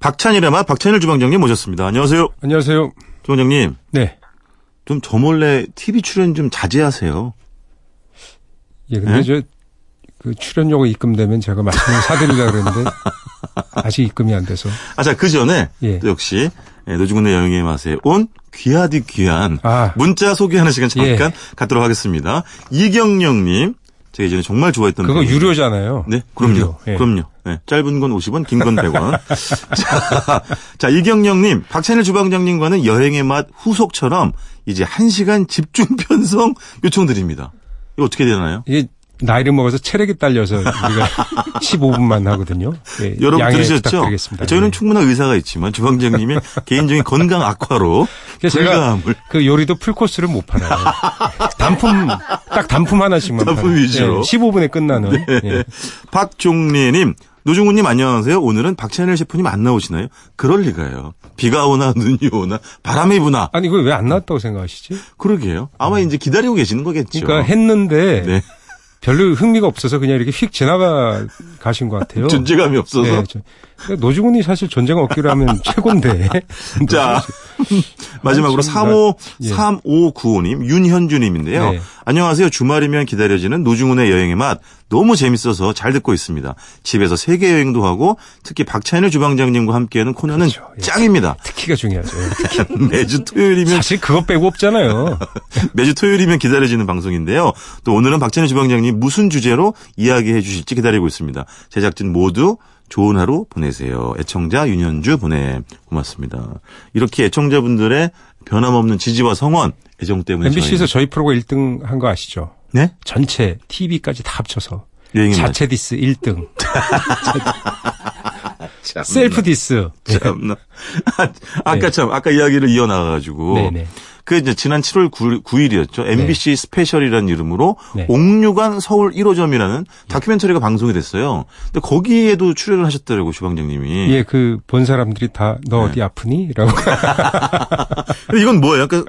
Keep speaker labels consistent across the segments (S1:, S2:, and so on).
S1: 박찬일의 맛 박찬일 주방장님 모셨습니다. 안녕하세요.
S2: 안녕하세요.
S1: 주방장님
S2: 네.
S1: 좀 저 몰래 TV 출연 좀 자제하세요.
S2: 예,
S1: 네?
S2: 근데 저, 그 출연료가 입금되면 제가 말씀을 사드리려고 그랬는데, 아직 입금이 안 돼서.
S1: 아자 그 전에
S2: 예.
S1: 또 역시 예, 노중훈의 여행의 맛에 온 귀하디 귀한
S2: 아. 예.
S1: 문자 소개하는 시간 잠깐 갖도록 하겠습니다. 이경영님 제가 예전에 정말 좋아했던
S2: 그거
S1: 분이에요.
S2: 유료잖아요.
S1: 네, 그럼요.
S2: 유료. 예.
S1: 그럼요. 네, 짧은 건 50원, 긴 건 100원. 자, 자, 이경영님, 박찬일 주방장님과는 여행의 맛 후속처럼 이제 1시간 집중 편성 요청드립니다. 이거 어떻게 되나요?
S2: 이게 나이를 먹어서 체력이 딸려서 우리가 15분만 하거든요. 예,
S1: 여러분
S2: 양해
S1: 들으셨죠?
S2: 부탁드리겠습니다.
S1: 저희는
S2: 예.
S1: 충분한 의사가 있지만 주방장님의 개인적인 건강 악화로
S2: 그래서 제가
S1: 불가함을
S2: 그 요리도 풀코스를 못 팔아요. 단품, 딱 단품 하나씩만
S1: 단품
S2: 팔아요.
S1: 위주로.
S2: 예, 15분에 끝나는.
S1: 네.
S2: 예.
S1: 박종리님, 노중훈님 안녕하세요. 오늘은 박찬일 셰프님 안 나오시나요? 그럴 리가요. 비가 오나 눈이 오나 바람이 부나
S2: 아니, 이거 왜 안 나왔다고 생각하시지?
S1: 그러게요. 아마 이제 기다리고 계시는 거겠죠.
S2: 음. 그러니까 했는데
S1: 그렇죠. 네.
S2: 별로 흥미가 없어서 그냥 이렇게 휙 지나가 가신 것 같아요.
S1: 존재감이 없어서.
S2: 네, 저- 그러니까 노중훈이 사실 존재가 없기로 하면 최고인데.
S1: 자, 마지막으로
S2: 아니, 참,
S1: 35,
S2: 나- 예.
S1: 3595님, 윤현주님인데요.
S2: 네.
S1: 안녕하세요. 주말이면 기다려지는 노중훈의 여행의 맛. 너무 재밌어서 잘 듣고 있습니다. 집에서 세계 여행도 하고 특히 박찬일 주방장님과 함께하는 코너는
S2: 그렇죠. 예.
S1: 짱입니다.
S2: 특기가 중요하죠.
S1: 그렇죠. 매주 토요일이면
S2: 사실 그것 빼고 없잖아요.
S1: 그렇죠. 매주 토요일이면 기다려지는 방송인데요. 또 오늘은 박찬일 주방장님 무슨 주제로 이야기해 주실지 기다리고 있습니다. 제작진 모두 좋은 하루 보내세요. 애청자 윤현주 보내 고맙습니다. 이렇게 애청자분들의 변함없는 지지와 성원 애정 때문에
S2: MBC에서
S1: 저희는-
S2: 저희 프로가 1등 한 거 아시죠?
S1: 네
S2: 전체 TV까지 다 합쳐서
S1: 여행의 맛.
S2: 자체 디스
S1: 음.
S2: 1등, 셀프 디스.
S1: 참나 아, 아까
S2: 네.
S1: 참 아까 이야기를 이어 나가가지고
S2: 네네.
S1: 그 이제 지난 7월 9일, 이었죠 MBC 스페셜이라는 이름으로
S2: 네.
S1: 옥류관 서울 1호점이라는 다큐멘터리가 방송이 됐어요. 근데 거기에도 출연을 하셨더라고 주방장님이.
S2: 예, 그 본 사람들이 다 너
S1: 예.
S2: 어디 아프니? 라고
S1: 근데 이건 뭐예요? 약간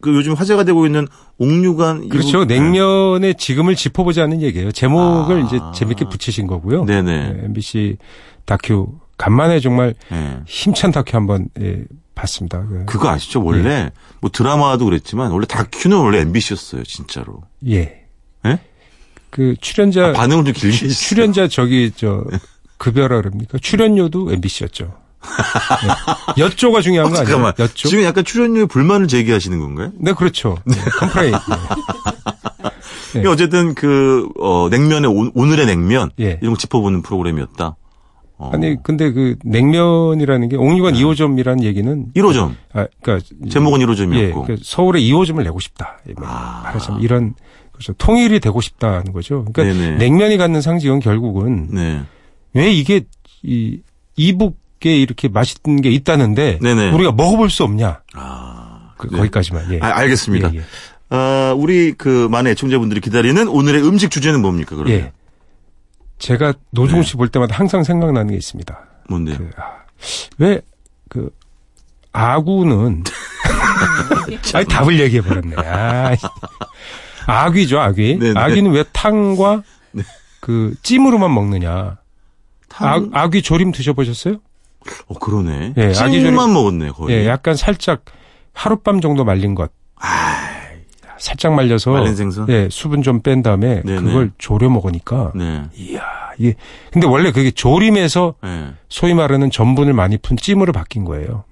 S1: 그 요, 즘 화제가 되고 있는 옥류관
S2: 그렇죠. 냉면의 지금을 짚어보자는 얘기예요. 제목을
S1: 예. 아.
S2: 이제 재밌게 붙이신 거고요.
S1: 네네.
S2: 예, MBC 다큐 간만에 정말
S1: 예.
S2: 힘찬 다큐 한번 예, 봤습니다. 그,
S1: 그거 아시죠? 원래 뭐 드라마도 그랬지만 원래 다큐는 원래 MBC였어요, 진짜로.
S2: 예.
S1: 예?
S2: 그 출연자
S1: 아, 반응을 좀 길게
S2: 추-
S1: 해주세요.
S2: 출연자 저기 저 급여라 그럽니까? 출연료도 MBC였죠. 예. 여조가 중요한 거 아니에요?
S1: 잠깐만.
S2: 여조.
S1: 지금 약간 출연료에 불만을 제기하시는 건가요?
S2: 네, 그렇죠. 네, 컴플레인. 네.
S1: 그러니까 어쨌든 그 어, 냉면의 오, 오늘의 냉면
S2: 예.
S1: 이런 거 짚어보는 프로그램이었다. 어.
S2: 아니 근데 그 냉면이라는 게 옥류관 2호점이라는 얘기는
S1: 1호점.
S2: 아, 그러니까
S1: 네. 제목은
S2: 예,
S1: 1호점이었고.
S2: 그 서울에 2호점을 내고 싶다. 예, 뭐
S1: 아.
S2: 말하자면 이런 그렇죠. 통일이 되고 싶다는 거죠. 그러니까
S1: 네네.
S2: 냉면이 갖는 상징은 결국은
S1: 네.
S2: 왜 이게 이 이북에 이렇게 맛있는 게 있다는데
S1: 네네.
S2: 우리가 먹어볼 수 없냐?
S1: 아.
S2: 그,
S1: 네.
S2: 거기까지만. 예.
S1: 아, 알겠습니다.
S2: 예, 예.
S1: 아, 우리 그 많은 애청자분들이 기다리는 오늘의 음식 주제는 뭡니까, 그러면? 네.
S2: 예. 제가 노중훈 씨 볼 때마다 항상 생각나는 게 있습니다.
S1: 뭔데요?
S2: 그, 아, 왜그 아구는 아니 답을 얘기해 버렸네. 아, 씨. 아귀죠, 아귀.
S1: 네, 네.
S2: 아귀는 왜 탕과 그 찜으로만 먹느냐?
S1: 탕?
S2: 아, 귀 조림 드셔보셨어요?
S1: 어, 그러네.
S2: 예,
S1: 찜만
S2: 아기 전에-
S1: 먹었네, 거의.
S2: 예, 약간 살짝 하룻밤 정도 말린 것.
S1: 아,
S2: 살짝 말려서
S1: 마른 생선?
S2: 예, 수분 좀 뺀 다음에
S1: 네,
S2: 그걸
S1: 네.
S2: 조려 먹으니까
S1: 네.
S2: 이야, 이게 근데 원래 그게 조림에서
S1: 예.
S2: 소위 말하는 전분을 많이 푼 찜으로 바뀐 거예요.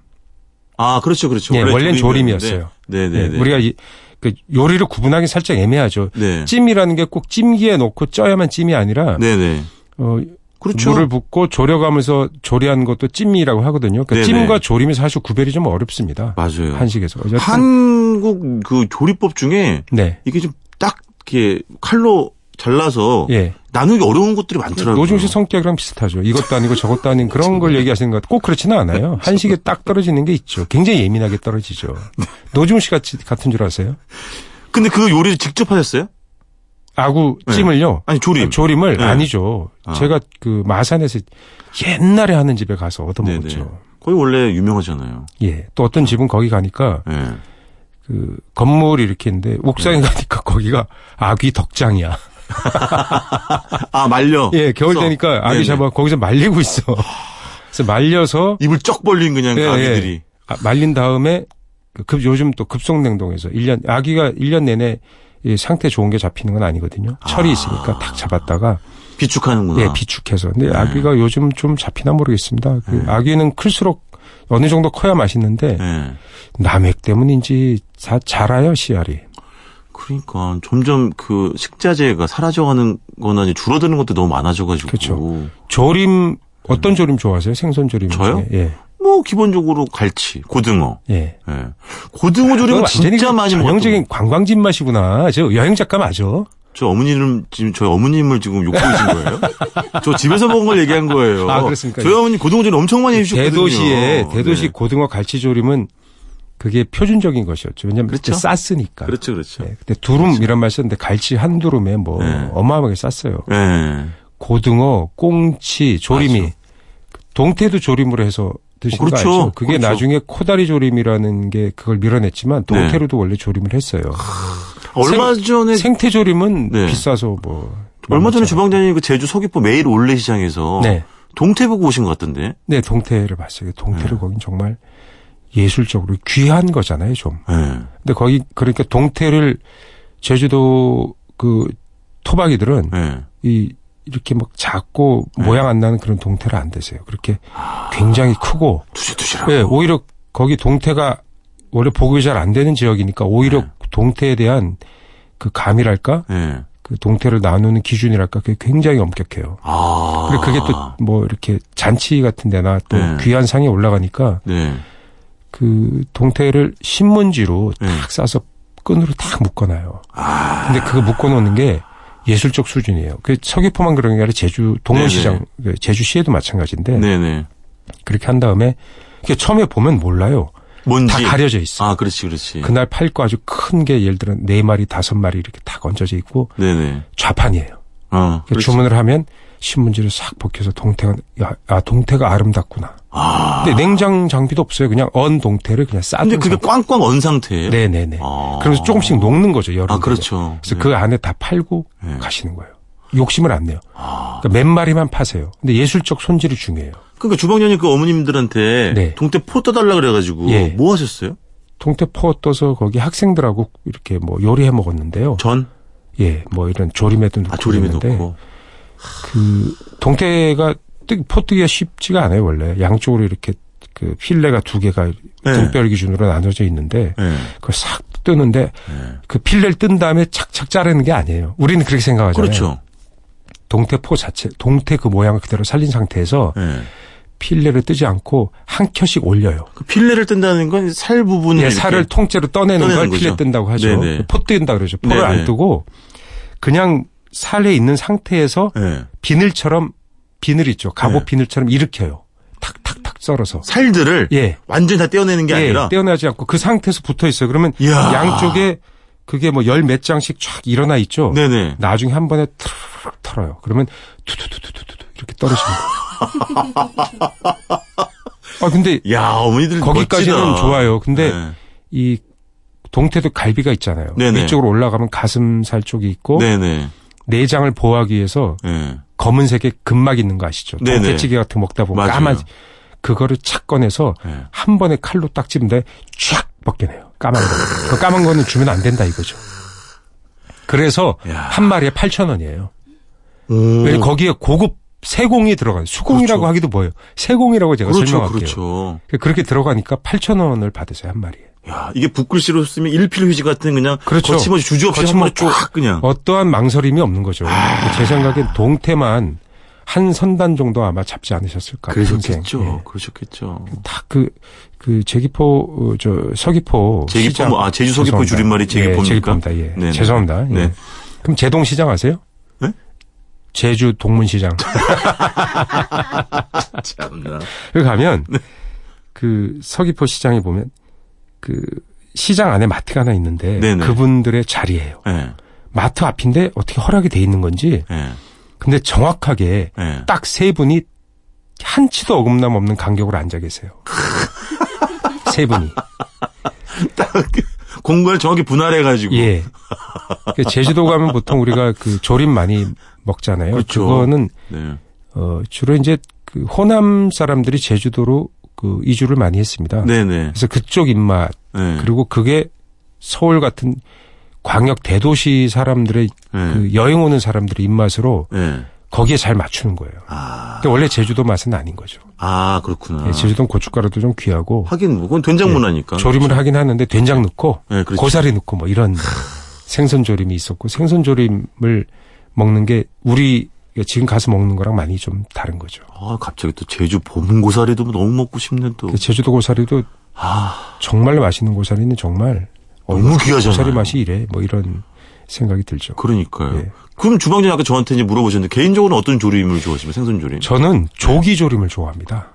S1: 아, 그렇죠, 그렇죠.
S2: 예, 원래는
S1: 조림이었는데.
S2: 조림이었어요.
S1: 네네네.
S2: 예, 우리가 이, 그 요리를 구분하기 살짝 애매하죠.
S1: 네.
S2: 찜이라는 게 꼭 찜기에 넣고 쪄야만 찜이 아니라
S1: 네네.
S2: 어,
S1: 그렇죠.
S2: 물을 붓고 조려가면서 조리한 것도 찜이라고 하거든요. 그러니까
S1: 네네.
S2: 찜과 조림이 사실 구별이 좀 어렵습니다.
S1: 맞아요.
S2: 한식에서. 어쨌든
S1: 한국 그 조리법 중에
S2: 네.
S1: 이게 좀 딱 이렇게 칼로 잘라서
S2: 예.
S1: 나누기 어려운 것들이 많더라고요.
S2: 노중 씨 성격이랑 비슷하죠. 이것도 아니고 저것도 아닌
S1: 그렇죠.
S2: 그런 걸 얘기하시는 것 같아요. 꼭 그렇지는 않아요. 한식에 딱 떨어지는 게 있죠. 굉장히 예민하게 떨어지죠. 노중 씨 같이 같은 줄 아세요?
S1: 근데 그 요리를 직접 하셨어요?
S2: 아구
S1: 네.
S2: 찜을요.
S1: 아니, 조림.
S2: 조림을
S1: 네.
S2: 아니죠.
S1: 아.
S2: 제가 그 마산에서 옛날에 하는 집에 가서
S1: 네네.
S2: 얻어먹었죠.
S1: 거의 원래 유명하잖아요.
S2: 예. 또 어떤 집은 거기 가니까
S1: 예.
S2: 그 건물이 이렇게 있는데 옥상에
S1: 네.
S2: 가니까 거기가 아귀 덕장이야.
S1: 아, 말려.
S2: 예, 겨울
S1: 써.
S2: 되니까 아귀
S1: 네네.
S2: 잡아 거기서 말리고 있어. 그래서 말려서
S1: 입을 쩍 벌린 그냥
S2: 예,
S1: 아기들이.
S2: 예. 아, 말린 다음에 그 급- 요즘 또 급속냉동에서 1년 아기가 1년 내내 이 상태 좋은 게 잡히는 건 아니거든요. 철이 있으니까 탁 잡았다가
S1: 비축하는구나.
S2: 예, 비축해서. 근데
S1: 네.
S2: 아기가 요즘 좀 잡히나 모르겠습니다. 그 아기는 클수록 어느 정도 커야 맛있는데
S1: 예.
S2: 남획 때문인지 다 자라요 씨알이.
S1: 그러니까 점점 그 식자재가 사라져가는 거나 이제 줄어드는 것도 너무 많아져가지고.
S2: 그쵸. 조림 어떤 조림 좋아하세요? 생선 조림
S1: 저요?
S2: 중에. 예.
S1: 뭐 기본적으로 갈치, 고등어.
S2: 예.
S1: 예. 고등어 조림은
S2: 그건 완전히
S1: 진짜
S2: 그
S1: 많이 먹었던
S2: 전형적인 관광집 맛이구나. 저 여행 작가 맞아.
S1: 저 어머니는 지금 저희 어머님을 지금 욕보이신 거예요? 저 집에서 먹은 걸 얘기한 거예요.
S2: 아, 그렇습니까?
S1: 저희 어머니 고등어전 엄청 많이 해주셨거든요.
S2: 그렇죠. 대도시에 대도시
S1: 네.
S2: 고등어 갈치조림은 그게 표준적인 것이었죠. 왜냐하면
S1: 그렇죠.
S2: 그때 쌌으니까.
S1: 그렇죠, 그렇죠.
S2: 네, 그때 두름 이런 말 썼는데 갈치 한 두름에 뭐
S1: 네.
S2: 어마어마하게 쌌어요.
S1: 예.
S2: 고등어, 꽁치, 조림이
S1: 맞아.
S2: 동태도 조림으로 해서 드신
S1: 어, 그렇죠.
S2: 거 알죠? 그게
S1: 그렇죠. 네.
S2: 나중에 코다리 조림이라는 게 그걸 밀어냈지만 동태로도 원래 조림을 했어요.
S1: 얼마 전에
S2: 생태 조림은
S1: 네.
S2: 비싸서 뭐
S1: 얼마 전에 주방장님 그 제주 서귀포 매일 올레시장에서
S2: 네.
S1: 동태 보고 오신 것 같던데.
S2: 네, 동태를 봤어요.
S1: 네.
S2: 동태를 거긴 정말 예술적으로 귀한 거잖아요, 좀.
S1: 예.
S2: 근데 거기 그러니까 동태를 제주도 그 토박이들은
S1: 예.
S2: 이 이렇게 막 작고
S1: 네. 아,
S2: 모양 안 나는 그런 동태를 안 드세요. 그렇게 굉장히 크고
S1: 두실두실하고.
S2: 예, 오히려 거기 동태가 원래 보급이 잘 안 되는 지역이니까 오히려
S1: 네.
S2: 동태에 대한 그 감이랄까?
S1: 예.
S2: 그 동태를 나누는 기준이랄까? 그게 굉장히 엄격해요.
S1: 아.
S2: 근데 그게 또 뭐 이렇게 잔치 같은 데나 또
S1: 네.
S2: 귀한 상에 올라가니까
S1: 네.
S2: 그 동태를 신문지로
S1: 네.
S2: 탁 싸서 끈으로 탁 묶어놔요.
S1: 아.
S2: 근데 그거 묶어놓는 게 예술적 수준이에요. 그 서귀포만 그런 게 아니라 제주 동문시장, 그 제주시에도 마찬가지인데
S1: 네, 네네.
S2: 그렇게 한 다음에 그게 처음에 보면 몰라요.
S1: 뭔지.
S2: 다 가려져 있어.
S1: 음, 아, 그렇지, 그렇지.
S2: 그날 팔 거 아주 큰 게 예를 들어 네 마리 다섯 마리 이렇게 탁 얹어져 있고
S1: 네네.
S2: 좌판이에요.
S1: 어.
S2: 그
S1: 그렇지.
S2: 주문을 하면 신문지를 싹 벗겨서 동태가 야, 아 동태가 아름답구나.
S1: 아.
S2: 근데 냉장 장비도 없어요. 그냥 언 동태를 그냥 싸둔
S1: 근데 그게 꽝꽝 언 상태예요.
S2: 네네네.
S1: 아.
S2: 그래서 조금씩 녹는 거죠 여름.
S1: 아, 그렇죠.
S2: 그래서
S1: 네.
S2: 그 안에 다 팔고
S1: 네.
S2: 가시는 거예요. 욕심을 안 내요.
S1: 아.
S2: 그러니까 몇 마리만 파세요. 근데 예술적 손질이 중요해요.
S1: 그러니까 주방장님 그 어머님들한테
S2: 네.
S1: 동태 포 떠달라 그래가지고
S2: 예.
S1: 뭐 하셨어요?
S2: 통태 포 떠서 거기 학생들하고 이렇게 뭐 요리해 먹었는데요.
S1: 전?
S2: 예, 뭐 이런 조림에도 넣고
S1: 아 조림에
S2: 그랬는데
S1: 넣고.
S2: 그 동태가 뜨, 포뜨기가 쉽지가 않아요 원래 양쪽으로 이렇게 그 필레가 두 개가
S1: 네.
S2: 등별 기준으로 나눠져 있는데
S1: 예.
S2: 그걸 싹 뜨는데
S1: 예.
S2: 그 필레를 뜬 다음에 착착 자르는 게 아니에요. 우리는 그렇게 생각하잖아요.
S1: 그렇죠.
S2: 동태 포 자체, 동태 그 모양을 그대로 살린 상태에서
S1: 예.
S2: 필레를 뜨지 않고 한 켜씩 올려요.
S1: 그 필레를 뜬다는 건 살 부분을
S2: 예,
S1: 이렇게
S2: 살을 통째로 떠내는
S1: 떠내는
S2: 걸
S1: 거죠.
S2: 필레 뜬다고 하죠.
S1: 네네.
S2: 포 뜬다 그러죠. 포를
S1: 네네.
S2: 안 뜨고 그냥 살에 있는 상태에서
S1: 예.
S2: 비늘처럼 비늘 있죠. 갑옷
S1: 네.
S2: 비늘처럼 일으켜요. 탁탁탁 썰어서.
S1: 살들을
S2: 예.
S1: 완전 히다 떼어내는 게 아니라
S2: 예, 떼어나지 않고 그 상태에서 붙어 있어요. 그러면
S1: 이야.
S2: 양쪽에 그게 뭐 열 몇 장씩 쫙 일어나 있죠.
S1: 네네.
S2: 나중에 한 번에 트르륵 털어요. 그러면 투투투투투투 이렇게 떨어지는 거예요. 아 근데
S1: 야 어머니들
S2: 거기까지는
S1: 멋지다.
S2: 좋아요. 근데
S1: 네.
S2: 이 동태도 갈비가 있잖아요.
S1: 네네.
S2: 위쪽으로 올라가면 가슴살 쪽이 있고
S1: 네네.
S2: 내장을 보호하기 위해서
S1: 예.
S2: 검은색의 근막 있는 거 아시죠?
S1: 네네.
S2: 동태찌개 같은 거 먹다 보면
S1: 맞아요.
S2: 까만 그거를 착 꺼내서
S1: 예.
S2: 한 번에 칼로 딱 집는데 쫙 벗겨내요. 까만 거. 그 까만 거는 주면 안 된다 이거죠. 그래서
S1: 야.
S2: 한 마리에 8천 원이에요.
S1: 오.
S2: 왜 거기에 고급 세공이 들어가요. 수공이라고
S1: 그렇죠.
S2: 하기도 뭐예요. 세공이라고 제가
S1: 그렇죠,
S2: 설명할게요.
S1: 그렇죠.
S2: 그렇게 들어가니까 8천 원을 받으세요 한 마리에.
S1: 야 이게 붓글씨로 쓰면 일필 휴지 같은 그냥
S2: 그렇죠.
S1: 거침없이 주저없이 한 번에
S2: 거침없이
S1: 쫙 그냥.
S2: 어떠한 망설임이 없는 거죠.
S1: 아.
S2: 제 생각엔 동태만 한 선단 정도 아마 잡지 않으셨을까.
S1: 그러셨겠죠.
S2: 평생. 예.
S1: 그러셨겠죠.
S2: 다 그, 그, 제기포, 어, 저, 서귀포.
S1: 제기포,
S2: 시장.
S1: 아, 제주 서귀포
S2: 죄송합니다.
S1: 줄임말이 제기포입니까?
S2: 예, 제기포입니다. 예.
S1: 네네.
S2: 죄송합니다. 예.
S1: 네.
S2: 그럼 제동시장 아세요?
S1: 네?
S2: 제주 동문시장.
S1: 아, 참나.
S2: 그 가면,
S1: 네.
S2: 그, 서귀포 시장에 보면, 그, 시장 안에 마트가 하나 있는데,
S1: 네네.
S2: 그분들의 자리예요
S1: 예.
S2: 마트 앞인데 어떻게 허락이 돼 있는 건지,
S1: 예.
S2: 근데 정확하게
S1: 예.
S2: 딱 세 분이 한치도 어금남 없는 간격으로 앉아 계세요. 세 분이.
S1: 공간을 정확히 분할해가지고.
S2: 예. 그 제주도 가면 보통 우리가 그 조림 많이 먹잖아요.
S1: 그렇죠.
S2: 거는
S1: 네.
S2: 어 주로 이제 그 그 호남 사람들이 제주도로 그 이주를 많이 했습니다.
S1: 네네.
S2: 그래서 그쪽 입맛
S1: 네.
S2: 그리고 그게 서울 같은 광역 대도시 사람들의
S1: 네.
S2: 그 여행 오는 사람들의 입맛으로
S1: 네.
S2: 거기에 잘 맞추는 거예요.
S1: 아,
S2: 근데 원래 제주도 맛은 아닌 거죠.
S1: 아 그렇구나.
S2: 예, 제주도는 고춧가루도 좀 귀하고
S1: 하긴 뭐 그건 된장
S2: 예.
S1: 문화니까.
S2: 조림을 하긴 하는데 된장 넣고
S1: 네, 그렇죠.
S2: 고사리 넣고 뭐 이런 생선 조림이 있었고 생선 조림을 먹는 게 우리 지금 가서 먹는 거랑 많이 좀 다른 거죠.
S1: 아 갑자기 또 제주 봄고사리도 너무 먹고 싶네 또.
S2: 그 제주도 고사리도
S1: 아
S2: 정말 맛있는 고사리는 정말
S1: 너무 귀하잖아요.
S2: 고사리 맛이 이래 뭐 이런 생각이 들죠.
S1: 그러니까요.
S2: 예.
S1: 그럼 주방장님 아까 저한테 이제 물어보셨는데 개인적으로는 어떤 조림을 좋아하십니까? 생선 조림.
S2: 저는 조기 조림을 좋아합니다.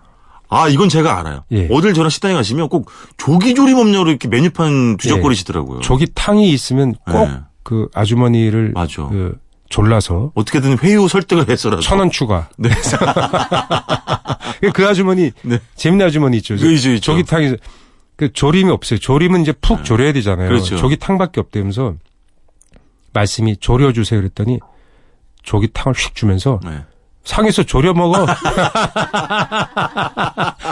S1: 아 이건 제가 알아요.
S2: 예.
S1: 어딜 저랑 식당에 가시면 꼭 조기 조림 음료로 이렇게
S2: 예.
S1: 메뉴판 뒤적거리시더라고요.
S2: 조기 탕이 있으면 꼭
S1: 예.
S2: 그 아주머니를
S1: 맞아.
S2: 그 졸라서
S1: 어떻게든 회유 설득을 해서라도.
S2: 천 원 추가.
S1: 네.
S2: 그 아주머니
S1: 네.
S2: 재밌는 아주머니 있죠.
S1: 그 이제 있죠.
S2: 예,
S1: 네.
S2: 조기탕이 그 조림이 없어요. 조림은 이제 푹 졸여야 되잖아요.
S1: 그렇죠.
S2: 조기탕밖에 없대면서 말씀이 졸여 주세요 그랬더니 조기탕을 휙 주면서
S1: 네.
S2: 상에서 졸여 먹어.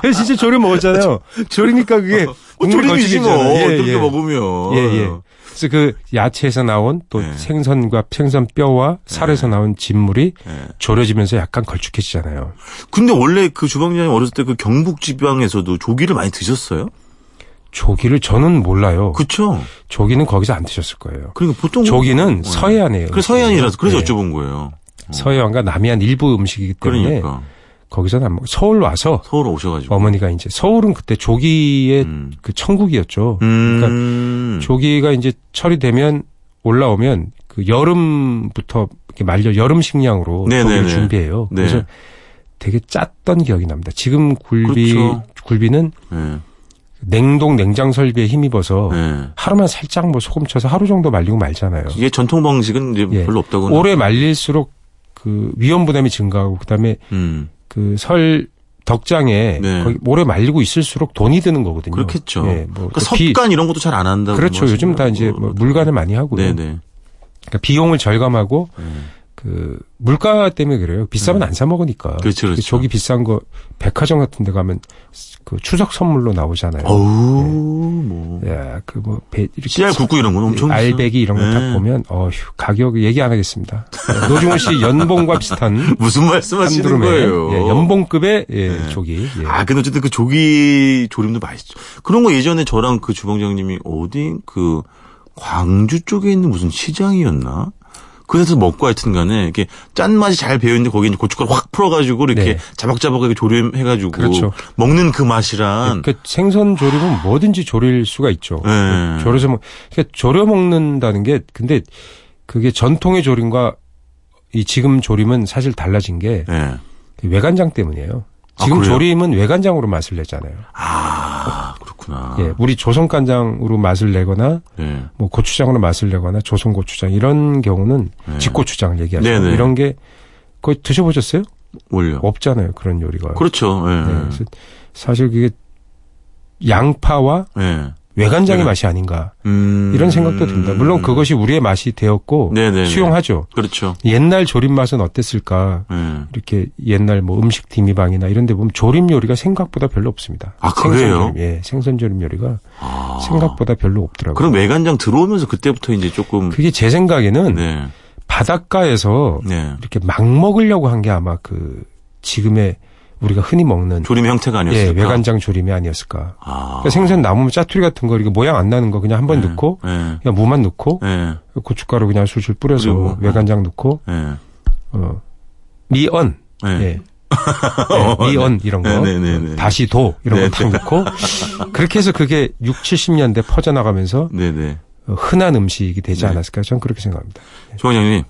S2: 예, 진짜 졸여 먹었잖아요. 졸이니까 그게
S1: 뭐
S2: 국물
S1: 조림이지 뭐.
S2: 걸쭉이잖아요. 예,
S1: 그렇게
S2: 예.
S1: 먹으면.
S2: 예, 예. 그래서 그 야채에서 나온 또
S1: 예.
S2: 생선과 생선 뼈와 살에서
S1: 네.
S2: 나온 진물이
S1: 예.
S2: 졸여지면서 약간 걸쭉해지잖아요.
S1: 근데 원래 그 주방장님 어렸을 때 그 경북 지방에서도 조기를 많이 드셨어요?
S2: 조기를 저는 몰라요.
S1: 그쵸.
S2: 조기는 거기서 안 드셨을 거예요.
S1: 그러니까 보통.
S2: 조기는
S1: 네.
S2: 서해안이에요.
S1: 그래 서해안이라서 그래서
S2: 네.
S1: 여쭤본 거예요.
S2: 서해안과 남해안 일부 음식이기 때문에
S1: 그러니까
S2: 거기서는 안 먹. 서울 와서
S1: 서울 오셔가지고.
S2: 어머니가 이제 서울은 그때 조기의
S1: 음.
S2: 그 천국이었죠. 그러니까
S1: 음.
S2: 조기가 이제 철이 되면 올라오면 그 여름부터 이렇게 말려 여름 식량으로
S1: 네네네.
S2: 조기를 준비해요.
S1: 네.
S2: 그래서 되게 짰던 기억이 납니다. 지금 굴비
S1: 그렇죠.
S2: 굴비는
S1: 네.
S2: 냉동 냉장 설비에 힘입어서
S1: 네.
S2: 하루만 살짝 뭐 소금 쳐서 하루 정도 말리고 말잖아요.
S1: 이게 전통 방식은 이제
S2: 예.
S1: 별로 없다고.
S2: 오래 말릴수록 그 위험 부담이 증가하고 그다음에
S1: 음.
S2: 그 설 덕장에
S1: 네.
S2: 거기 오래 말리고 있을수록 돈이 드는 거거든요.
S1: 그렇겠죠.
S2: 예, 뭐
S1: 그러니까
S2: 또 비-
S1: 섭간 이런 것도 잘 안 한다고.
S2: 그렇죠. 요즘 다 이제 뭐 물간을 많이 하고요.
S1: 네네.
S2: 그러니까 비용을 절감하고
S1: 네.
S2: 그 물가 때문에 그래요. 비싸면 안 사 먹으니까.
S1: 그렇죠, 그렇죠.
S2: 저기 비싼 거 백화점 같은 데 가면 그 추석 선물로 나오잖아요.
S1: 어우 뭐.
S2: 야, 그뭐 이렇게
S1: 씨알 굽고 이런 건 엄청 비싸요.
S2: 예. 알배기 이런 거 딱
S1: 네.
S2: 보면 어휴 가격 얘기 안 하겠습니다. 네, 노중훈 씨 연봉과 비슷한
S1: 무슨 말씀하시는
S2: 한드롬의
S1: 거예요?
S2: 예, 연봉급의 예,
S1: 네.
S2: 조기. 예.
S1: 아, 근데 어쨌든 그 조기 조림도 맛있죠. 그런 거 예전에 저랑 그 주방장님이 어디 그 광주 쪽에 있는 무슨 시장이었나? 그래서 먹고 하여튼 간에 이렇게 짠맛이 잘 배어있는데 거기에 이제 고춧가루 확 풀어가지고 이렇게
S2: 네.
S1: 자박자박하게 조림해가지고
S2: 그렇죠.
S1: 먹는 그 맛이란
S2: 그러니까 생선 조림은 뭐든지 조릴 수가 있죠.
S1: 네.
S2: 조려서 먹, 그러니까 조려 먹는다는 게 근데 그게 전통의 조림과 이 지금 조림은 사실 달라진 게그
S1: 예.
S2: 외간장 때문이에요.
S1: 아,
S2: 지금
S1: 그래요?
S2: 조림은 외간장으로 맛을 내잖아요.
S1: 아, 그렇구나.
S2: 예, 우리 조선 간장으로 맛을 내거나
S1: 예.
S2: 뭐 고추장으로 맛을 내거나 조선 고추장 이런 경우는
S1: 네.
S2: 직고추장을 얘기하죠.
S1: 네네.
S2: 이런 게 거의 드셔보셨어요?
S1: 원래.
S2: 없잖아요 그런 요리가.
S1: 그렇죠. 예.
S2: 네, 그래서 사실 그게 양파와
S1: 예. 네.
S2: 외간장의 맛이 아닌가
S1: 음.
S2: 이런 생각도 듭니다. 물론 그것이 우리의 맛이 되었고
S1: 네네네.
S2: 수용하죠.
S1: 그렇죠.
S2: 옛날 조림 맛은 어땠을까?
S1: 예.
S2: 이렇게 옛날 뭐 음식 디미방이나 이런 데 보면 조림 요리가 생각보다 별로 없습니다.
S1: 아, 그래요?
S2: 생선 조림, 예, 생선 조림 요리가
S1: 아.
S2: 생각보다 별로 없더라고요.
S1: 그럼 외간장 들어오면서 그때부터 이제 조금
S2: 그게 제 생각에는
S1: 네.
S2: 바닷가에서
S1: 네.
S2: 이렇게 막 먹으려고 한 게 아마 그 지금의 우리가 흔히 먹는
S1: 조림 형태가
S2: 예,
S1: 아니었을까?
S2: 외간장 조림이 아니었을까.
S1: 아.
S2: 그러니까 생선 남으면 짜투리 같은 거 이렇게 모양 안 나는 거 그냥 한 번
S1: 예,
S2: 넣고
S1: 예.
S2: 그냥 무만 넣고
S1: 예.
S2: 고춧가루 그냥 술술 뿌려서
S1: 그리고, 어.
S2: 외간장 넣고
S1: 예.
S2: 어, 미언
S1: 예.
S2: 예. 예, 미언 이런 거
S1: 어, 네, 네, 네, 네.
S2: 다시 도 이런
S1: 네,
S2: 거 탁 넣고 그렇게 해서 그게 6, 70년대 퍼져나가면서
S1: 네, 네.
S2: 어, 흔한 음식이 되지
S1: 네.
S2: 않았을까 저는 그렇게 생각합니다.
S1: 조원장님.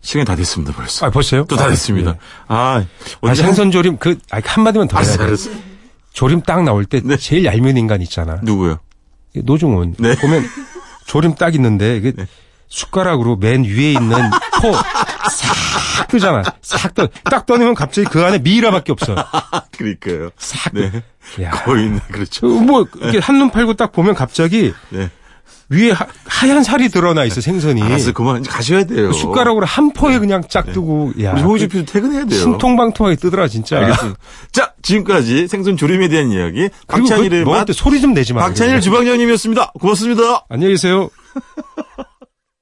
S1: 시간이 다 됐습니다, 벌써.
S2: 아 벌써요?
S1: 또 다 됐습니다.
S2: 예.
S1: 아,
S2: 아, 생선 조림 그 아, 한마디만 더
S1: 아,
S2: 해야 돼.
S1: 잘했어.
S2: 조림 딱 나올 때
S1: 네.
S2: 제일 얄미운 인간 있잖아.
S1: 누구요?
S2: 노중훈
S1: 네.
S2: 보면 조림 딱 있는데 그 숟가락으로 맨 위에 있는 포싹 뜨잖아. 싹 떠. 딱 떠내면 갑자기 그 안에 미이라밖에 없어.
S1: 아, 그러니까요.
S2: 싹.
S1: 네.
S2: 야.
S1: 거의, 네, 그렇죠.
S2: 저 뭐, 이렇게 한눈 팔고 딱 보면 갑자기
S1: 네.
S2: 위에 하, 하얀 살이 드러나 있어 생선이.
S1: 알았어, 아, 그만 이제 가셔야 돼요.
S2: 숟가락으로 한 포에 그냥 쫙 뜨고 야.
S1: 네. 우리 홍익표 PD 퇴근해야 돼요.
S2: 신통방통하게 뜨더라 진짜.
S1: 알겠습니다. 자, 지금까지 생선 조림에 대한 이야기
S2: 그리고 그
S1: 박찬일의 맛
S2: 너한테 소리 좀 내지 마.
S1: 박찬일 주방장님이었습니다. 고맙습니다.
S2: 안녕히 계세요.